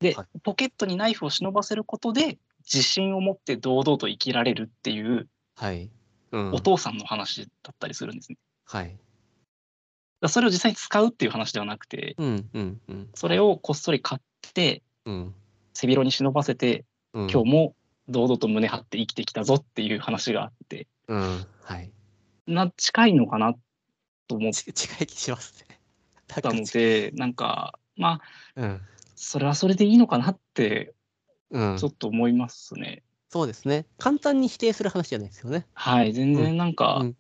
A: で、
B: は
A: ポケットにナイフを忍ばせることで、自信を持って堂々と生きられるっていう
B: はい。うん
A: お父さんの話だったりするんですね。
B: はい。
A: だからそれを実際に使うっていう話ではなくて、
B: うんうんうん
A: それをこっそり買って、
B: うん。
A: 背広に忍ばせて、
B: うん
A: 今日。も堂々と胸張って生きてきたぞっていう話があって、
B: うん。はい。
A: な近いのかなと思っ
B: ち *laughs* 近い気します *laughs* ね。だ
A: たので、なんか、まあ、
B: うん。
A: それはそれでいいのかなって、
B: うん
A: ちょ。っと思いますね。
B: そうですね。簡単に否定する話じゃないですよね。
A: はい、全然なんか、
B: うん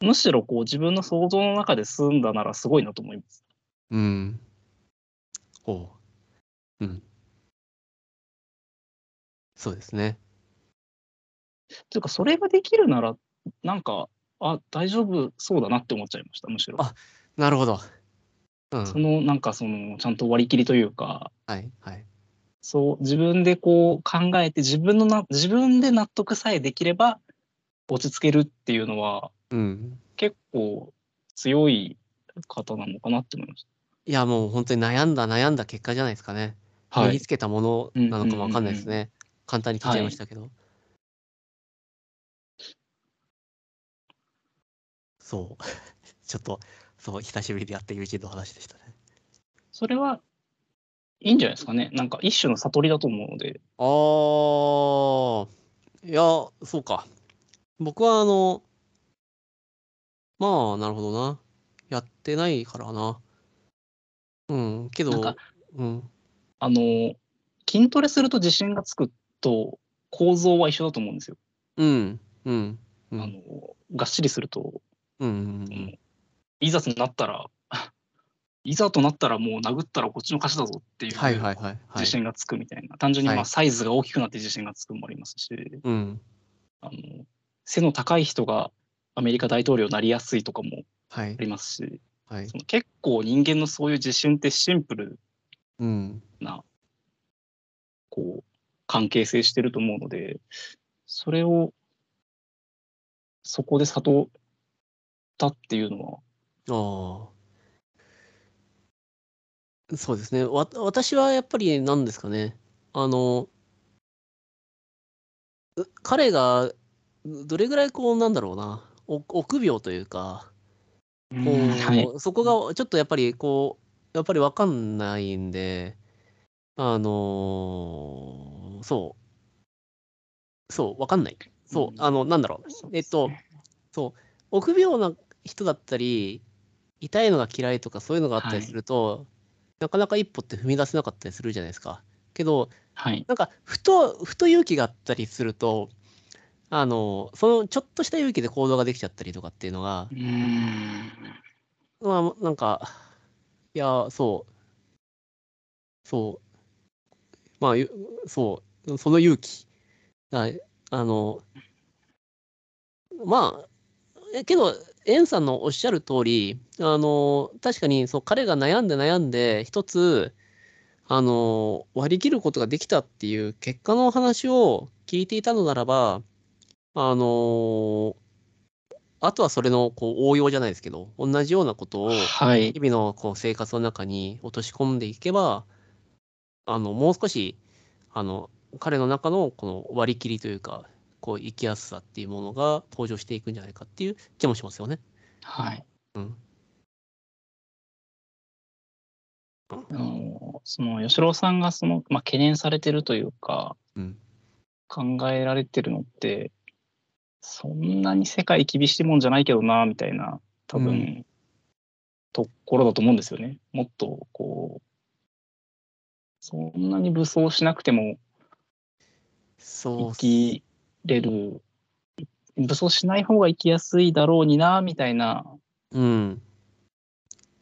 A: むしろこう自分の想像の中で済んだならすごいなと思います。
B: うん。ほう。うん。そうですね。
A: というか、それができるなら、なんか、あ、大丈夫そうだなって思っちゃいました、むしろ。
B: あなるほど。うん。
A: その、なんかその、ちゃんと割り切りというか、
B: はいはい。
A: そう、自分でこう考えて、自分のな、自分で納得さえできれば、落ち着けるっていうのは、
B: うん。
A: 結構強い方なのかなって思いまし
B: いや、もう本当に悩んだ悩んだ結果じゃないですかね。
A: た。は
B: 身に
A: い。
B: つけたものなのかもわかんないですね。簡単に聞いちゃいましたけど。そう。 *laughs* ちょっと、そう、久しぶりでやって友人の話でしたね。
A: それはいいんじゃないですかね。なんか一種の悟りだと思うので。
B: あー、いや、そうか。僕はあの、まあ、なるほどな。やってないからな。うん、け
A: なん
B: ど
A: か、
B: うん。
A: あの、筋トレすると自信がつくと構造は一緒だと思うんですよ。
B: うん、うん、う
A: あ
B: ん、
A: のがっしりすると、
B: うん、うんうん。
A: いざとなったら、 *laughs* いざとなったらもう殴ったらこっちの勝ちだぞっていう
B: はいはいはいはい
A: 自。信がつくみたいな。単純に
B: はい
A: まあサイズが大きくなって自信がつくもありますし、
B: うん。
A: あの背の高い人がアメリカ大統領になりやすいとかも
B: は
A: あ
B: い
A: りますし、
B: はい
A: そ。の結構人間のそういう自信ってシンプル
B: うん。
A: なこう関係性してると思うのでそれをそこで悟ったっていうのは
B: ああ。そうですね。わ、私はやっぱり何ですかね。あの、う彼がうどれぐらいこうなんだろうな。お臆病というか、こう、
A: はい
B: そこがちょっとやっぱりこう、やっぱりわかんないんで、あのーそう。そう、わかんない。そうう、
A: ん
B: あの、なんだろう。えっとそう臆病な人だったり痛いのが嫌いとかそういうのがあった
A: は
B: り
A: い
B: すると、なかなか一歩って踏み出せなかったりするじゃないですかけど
A: はい
B: なんかふとふと勇気があったりするとあのそのちょっとした勇気で行動ができちゃったりとかっていうのが
A: うーん
B: まあなんかいやそうそうまあゆそうその勇気ああのまあえけどエンさんのおっしゃる通りあの確かにそう彼が悩んで悩んで一つあの割り切ることができたっていう結果の話を聞いていたのならばあのあとはそれのこう応用じゃないですけど同じようなことを
A: はい
B: 日々のこう生活の中に落とし込んでいけばあのもう少しあの彼の中のこの割り切りというかこう生きやすさっていうものが登場していくんじゃないかっていう気もしますよね。
A: はい
B: うん
A: あのその吉郎さんがその、まあ、懸念されてるというか、
B: うん
A: 考えられてるのってそんなに世界厳しいもんじゃないけどなみたいな多分、
B: うん
A: ところだと思うんですよね。もっとこうそんなに武装しなくても
B: そう
A: 生
B: っす
A: きれる武装しない方が生きやすいだろうになみたいな
B: うん。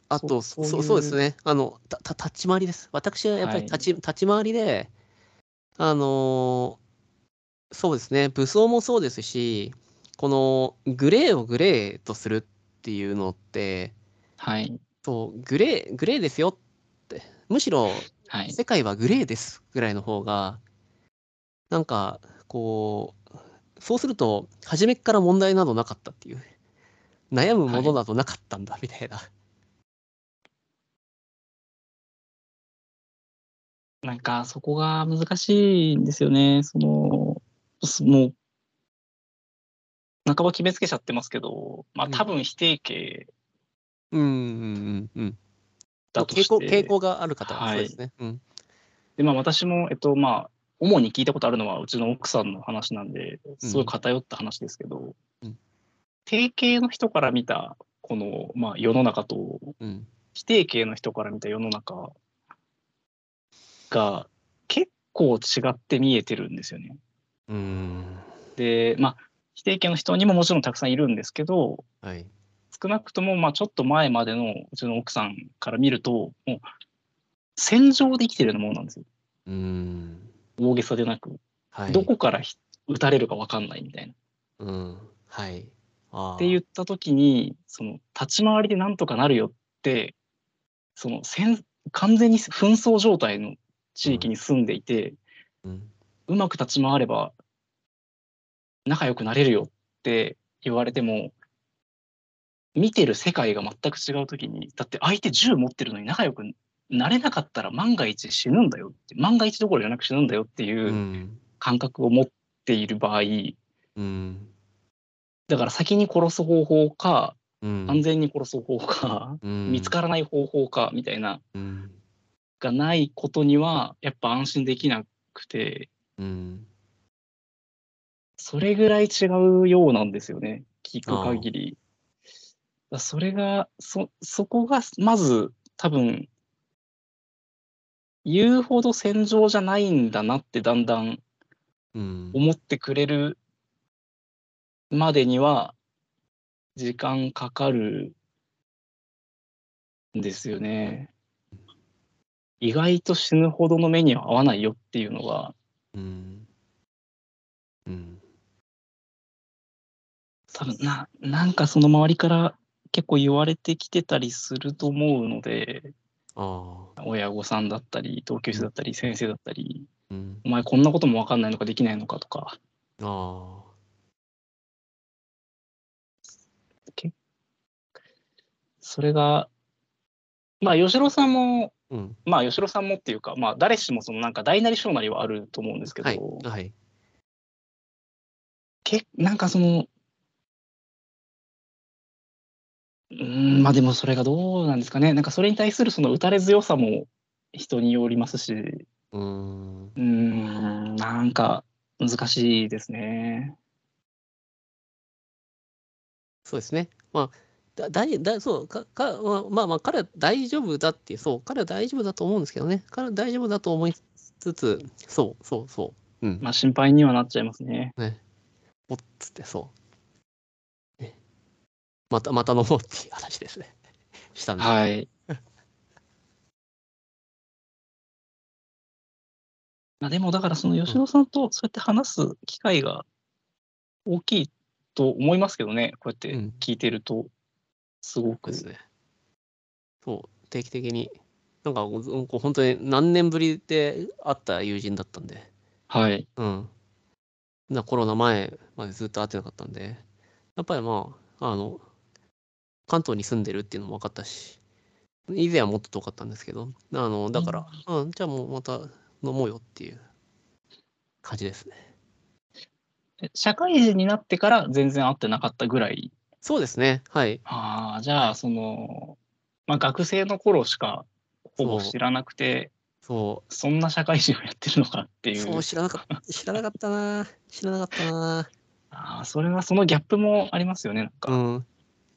B: あと、そ
A: そうう
B: そ
A: そうういう
B: ですね。あの、た、た、立ち回りです。私はやっぱ
A: は
B: り
A: い
B: 立ち、立ち回りで、あのーそうですね。武装もそうですし、このグレーをグレーとするっていうのって、
A: はい
B: そう、グレー、グレーですよって、むしろ
A: はい
B: 世界はグレーですぐらいの方が、なんか、こう、そうすると、初めっから問題などなかったっていう、悩むものなどなかったんだ、みたいな。
A: なんかそこが難しいんですよね。そのすもう半ば決めつけちゃってますけど、まあ
B: うん
A: 多分否定形
B: うんうんうんうん。
A: だと
B: 傾
A: して、
B: 向傾向がある方は
A: はい
B: そうですね。うん。
A: で、まあ、私も、えっと、まあ、主に聞いたことあるのは、うちの奥さんの話なんで、すごい偏った話ですけど、
B: うん
A: 定型の人から見た、この、まあ、世の中と、
B: うん。
A: 非定型の人から見た世の中が、結構違って見えてるんですよね。
B: うん。
A: で、まあ、非定型の人にももちろんたくさんいるんですけど、
B: はい。
A: 少なくとも、まあ、ちょっと前までのうちの奥さんから見ると、もう、戦場で生きてるようなものなんですよ。
B: うん。
A: 大げさでなく。
B: はい。
A: どこからひ撃たれるか分かんないみたいな。っ
B: うん。はい。ああ。
A: て言った時にその立ち回りでなんとかなるよってその戦完全に紛争状態の地域に住んでいて、
B: うん。
A: うまく立ち回れば仲良くなれるよっって言われても、見てる世界が全く違う時に、だって相手銃持ってるのに仲良くなれなかったら万が一死ぬんだよって、万が一どころじゃなく死ぬんだよって
B: う。
A: いうん感覚を持っている場合、
B: うん。
A: だから先に殺す方法か、
B: うん。
A: 安全に殺す方法か、
B: うん
A: 見つからない方法かみたいな、
B: うん。
A: がないことには、やっぱ安心できなくて、
B: うん。
A: それぐらい違うようなんですよね、聞く限り。だそれが、そ、そこが、まず、多分、言うほど戦場じゃないんだなってだんだん
B: うん。
A: 思ってくれるまでには、時間かかるんですよね。意外と死ぬほどの目には合わないよっていうのが、
B: うん。うん。
A: 多分ななんかその周りから結構言われてきてたりすると思うので
B: ああ。
A: 親御さんだったり同級生だったり先生だったり
B: うん
A: 「お。前こんなことも分かんないのかできないのか」とか
B: ああ。
A: それがまあ吉郎さんも
B: うん。
A: まあ吉郎さんもっていうかまあ誰しもそのなんか大なり小なりはあると思うんですけど、
B: はい。はい。
A: けなんかそのうーんまあでもそれがどうなんですかねなんかそれに対するその打たれ強さも人によりますし。
B: うーん。
A: うーん、なんか難しいですね。
B: そうですね。まあ、だ、だい、だ、そう、か、か、まあまあ、彼は大丈夫だって、そう、彼は大丈夫だと思うんですけどね。彼は大丈夫だと思いつつ、そう、そう、そう。うん。
A: まあ心配にはなっちゃいますね。
B: おっつって、そう。ねまた、また飲もうっていう話ですね。したんで。
A: はい。 *laughs* まあでもだからその吉野さんとそうやって話す機会が大きいと思いますけどね、こうやって
B: うん
A: 聞いてると、すご
B: そう
A: く。
B: ですね。そう、定期的に。なんか、うんこう本当に何年ぶりで会った友人だったんで。
A: はい。
B: うん。なコロナ前までずっと会ってなかったんで、やっぱりまあ、あの、関東に住んでるっていうのも分かったし、以前はもっと遠かったんですけど、あの、だから、うん、じゃあもうまた飲もうよっていう感じですね。
A: え社会人になってから全然会ってなかったぐらい。
B: そうですね、はい。
A: ああ、じゃあその、まあ学生の頃しかほぼ知らなくて、
B: そ
A: そんな社会人をやってるのかって
B: う、
A: いう。
B: そう知らなかった、知らなかったな、知らなかったな。
A: ああ、それはそのギャップもありますよね、なん
B: う
A: か。
B: ん。い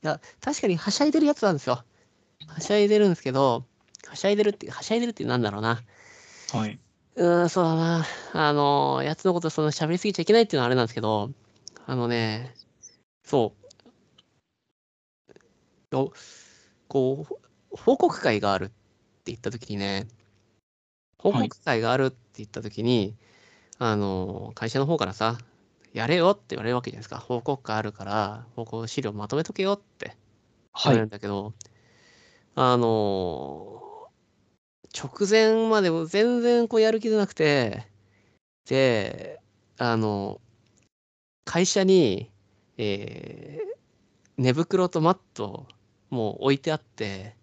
B: や、確かにはしゃいでるやつなんですよ。はしゃいでるんですけど、はしゃいでるって、はしゃいでるってなんだろうな。
A: はい。
B: うーん、そうだな。あの、やつのことその喋りすぎちゃいけないっていうのはあれなんですけど、あのね、そう。おこう、報告会があるって言ったときにね、報告会があるって言ったときに、あの、会社の方からさ、やれよって言われるわけじゃないですか。報告会あるから、報告資料まとめとけよって。言わ
A: は
B: れ
A: い。
B: るんだけど、あの直前までも全然こうやる気出なくてであの会社に、えー寝袋とマットもう置いてあって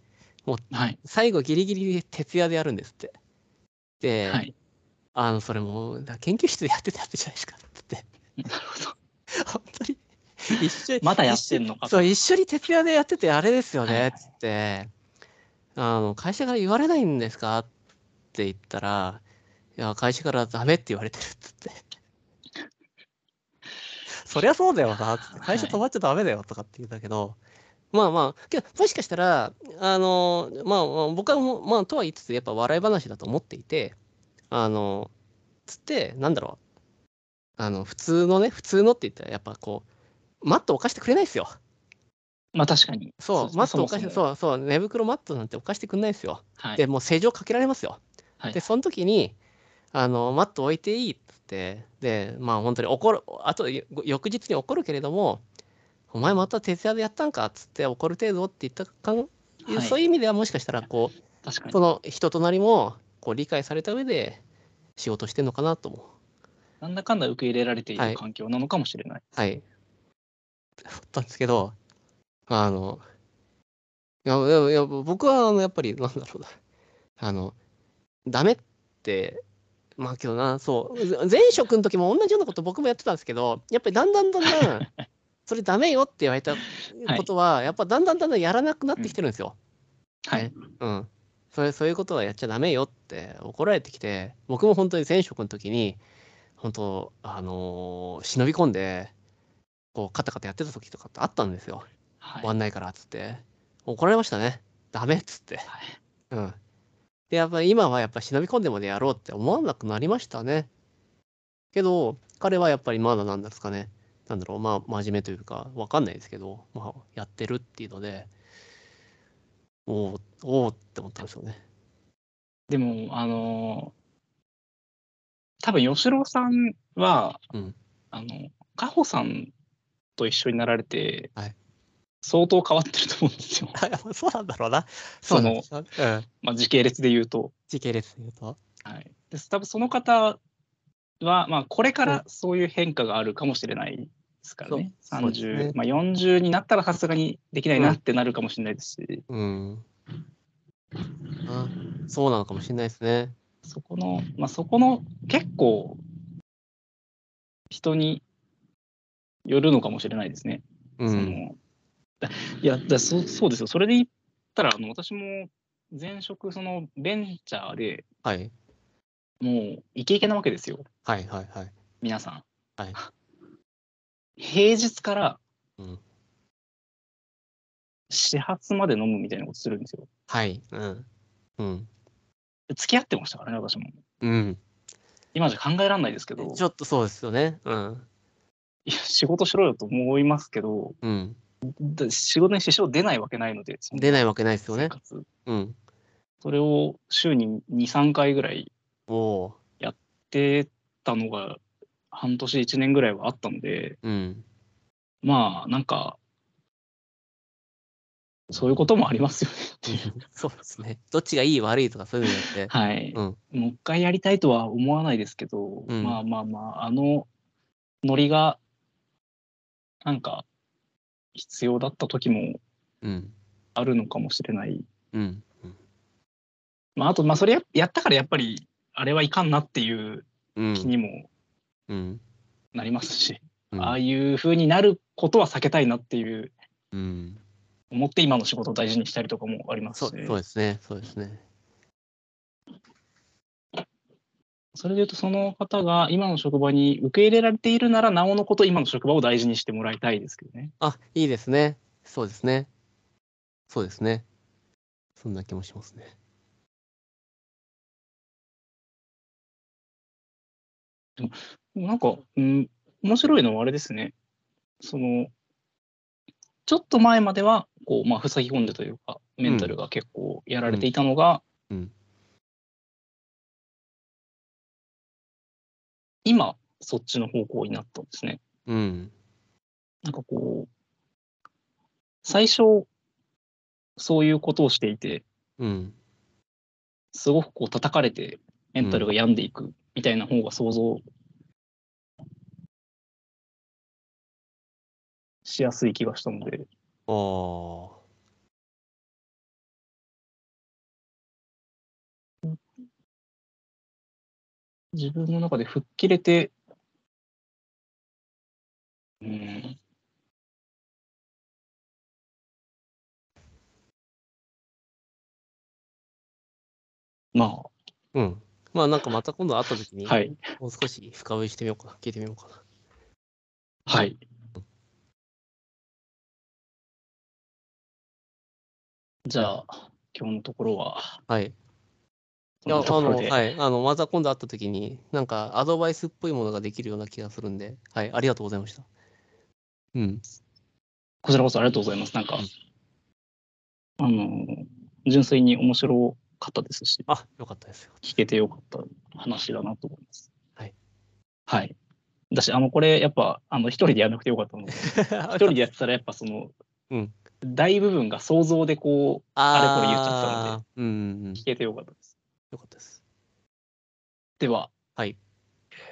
A: はい。
B: 最後ギリギリで徹夜でやるんですってで、
A: はい。
B: あのそれもだから研究室でやってたやつじゃないですかって
A: なるほど。
B: *laughs* 本当に一緒に
A: まだやってんのか
B: 一緒にそう一緒に徹夜でやっててあれですよ
A: はいは
B: ね
A: い
B: っつって、あの会社から言われないんですかって言ったらいや会社からダメって言われてるっつって *laughs* そりゃそうだよなっつって会社止まっちゃダメだよとかって言うんだけど、まあまあけどもしかしたらあのまあ、まあ、僕はもうまあとは言いつつやっぱ笑い話だと思っていてあのつってなんだろうあの普通のね普通のって言ったらやっぱこうマットを貸してくれないですよ
A: まあ確かに。
B: そうマットを貸して
A: う。
B: そうそう寝袋マットなんてお貸してくんないですよ
A: はい。
B: でもう施錠かけられますよ、
A: はい
B: でその時にあのマット置いていいっつってでまあ本当に怒るあとよ翌日に怒るけれどもお前また徹夜でやったんかっつって怒る程度って言ったかん、
A: はい
B: そういう意味ではもしかしたらこう
A: 確かに
B: そ。の人となりもこう理解された上で仕事してんのかなとも
A: なんだかんだ受け入れられてい
B: は
A: る
B: い
A: 環境なのかもしれない。
B: はいったんですけど、あの、いや、いやいや僕は、あの、やっぱり、なんだろうな、あの、ダメって、まあ今日な、そう、ぜ前職の時も同じようなこと僕もやってたんですけど、やっぱりだんだんだんだん、それダメよって言われたことは、やっぱだんだんだんだんやらなくなってきてるんですよ。
A: はい。
B: うん、それそういうことはやっちゃダメよって怒られてきて僕も本当に前職の時に本当あのー忍び込んでこうカタカタやってた時とかってあったんですよ
A: はい
B: 終わんないからっつって怒られましたねダメっつって、
A: はい
B: うんでやっぱり今はやっぱ忍び込んでまでやろうって思わなくなりましたねけど彼はやっぱりまだなんですかねなんだろうまあ真面目というかわかんないですけど、まあ、やってるっていうのでおおおおって思ったんですよね
A: でも、あのー多分吉郎さんは、
B: うん
A: あの、加穂さんと一緒になられて、
B: はい
A: 相当変わってると思うんですよ。
B: あやっ *laughs* ぱそうなんだろうなそうなんですよ、うん、
A: まあ、時系列で言うと。
B: 時系列で言うと
A: はい、です多分その方は、まあ、これか
B: うん
A: らそういう変化があるかもしれないですからね。
B: そうそうです
A: 30、
B: ね
A: まあ、40になったらさすがにできないなってなるかもしれないですし、
B: うんあそうなのかもしれないですね
A: そこの、まあ、そこの結構人によるのかもしれないですね。
B: う
A: そ
B: ん
A: のだいやだそうそうですよ、それで言ったら、あの私も前職、そのベンチャーで
B: はい
A: もうイケイケなわけですよ、
B: はいはいはい
A: 皆さん。
B: はい
A: 平日から
B: うん
A: 始発まで飲むみたいなことするんですよ。
B: はいうんうん
A: 付き合ってましたからね、私も。
B: うん
A: 今じゃ考えられないですけど
B: ち、ょっとそうですよね。うん。
A: いや仕事しろよと思いますけど、
B: うん。
A: だ仕事に支障出ないわけないので、そんな
B: 出ないわけないですよ
A: 生
B: ね。
A: 活、
B: うん。
A: それを週に2、3回ぐらい
B: おお
A: ってたのが半年1年ぐらいはあったので
B: ー。うん。 *laughs*
A: まあなんかそういうこともありますよねっていう
B: そうですね。どっちがいい悪いとかそういうの
A: *laughs*
B: じゃなく
A: はい、
B: うん
A: もう一回やりたいとは思わないですけど、
B: うん
A: まあまあまああのノリがなんか必要だった時も
B: て。うん。
A: あるのかもしれない、
B: うん。うん
A: まあ、あとまあそれややったからやっぱりあれはいかんなっていう
B: うん。
A: 気にも
B: うん。
A: なりますし、
B: うん
A: ああいう風になることは避けたいなっていう
B: うん。
A: 思って今の仕事を大事にしたりとかもあります
B: そう
A: し、
B: そうですね。そうですね。
A: それでいうとその方が今の職場に受け入れられているならなおのこと今の職場を大事にしてもらいたいですけどね。
B: あ、いいですね。そうですね。そうですね。そんな気もしますね。
A: なんか、うん、面白いのはあれですね。そのちょっと前まではこう、まあ、ふさぎ込んでというかメンタルが結構やられていたのが、
B: うんうん
A: 今そっちの方向になったんですね。
B: うん。
A: なんかこう、最初、そういうことをしていて、
B: うん。
A: すごくこう叩かれて、メンタルが病んでいくみたいな方が想像しやすい気がしたので、
B: おお
A: 自分の中で吹っ切れて、うん、ま
B: ー。うん。まあなんかまた今度会った時に、
A: あ、はい、
B: もう少し深追いしてみようかな。聞いてみようかな。
A: はい。じゃあ、今日のところは、
B: はい。い
A: こ
B: や、
A: ん
B: あ
A: なところ
B: の、
A: で。
B: はい、あの、また今度会った時に、なんかアドバイスっぽいものができるような気がするんで、はい、ありがとうございました。うん。
A: こちらこそありがとうございます。なんか、あの、純粋に面白かったですし、
B: あ、よかったですよ。
A: 聞けてよかった話だなと思います。
B: はい。
A: はい。だし、あの、これ、やっぱ、あの、一人でやらなくてよかったので、一
B: 一
A: 人でやってたら、やっぱその、
B: うん
A: 大部分が想像でこあれこれ言っちゃったの
B: で。うんうんうん、
A: う、
B: よ
A: 聞けてよかったです。
B: かったです。
A: では、
B: はい。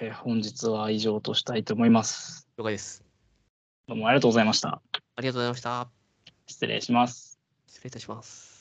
A: えー本日は以上としたいと思います。
B: 了解です。どうもありがとうございました。
A: ありがとうございました。
B: 失礼します。
A: 失礼いたします。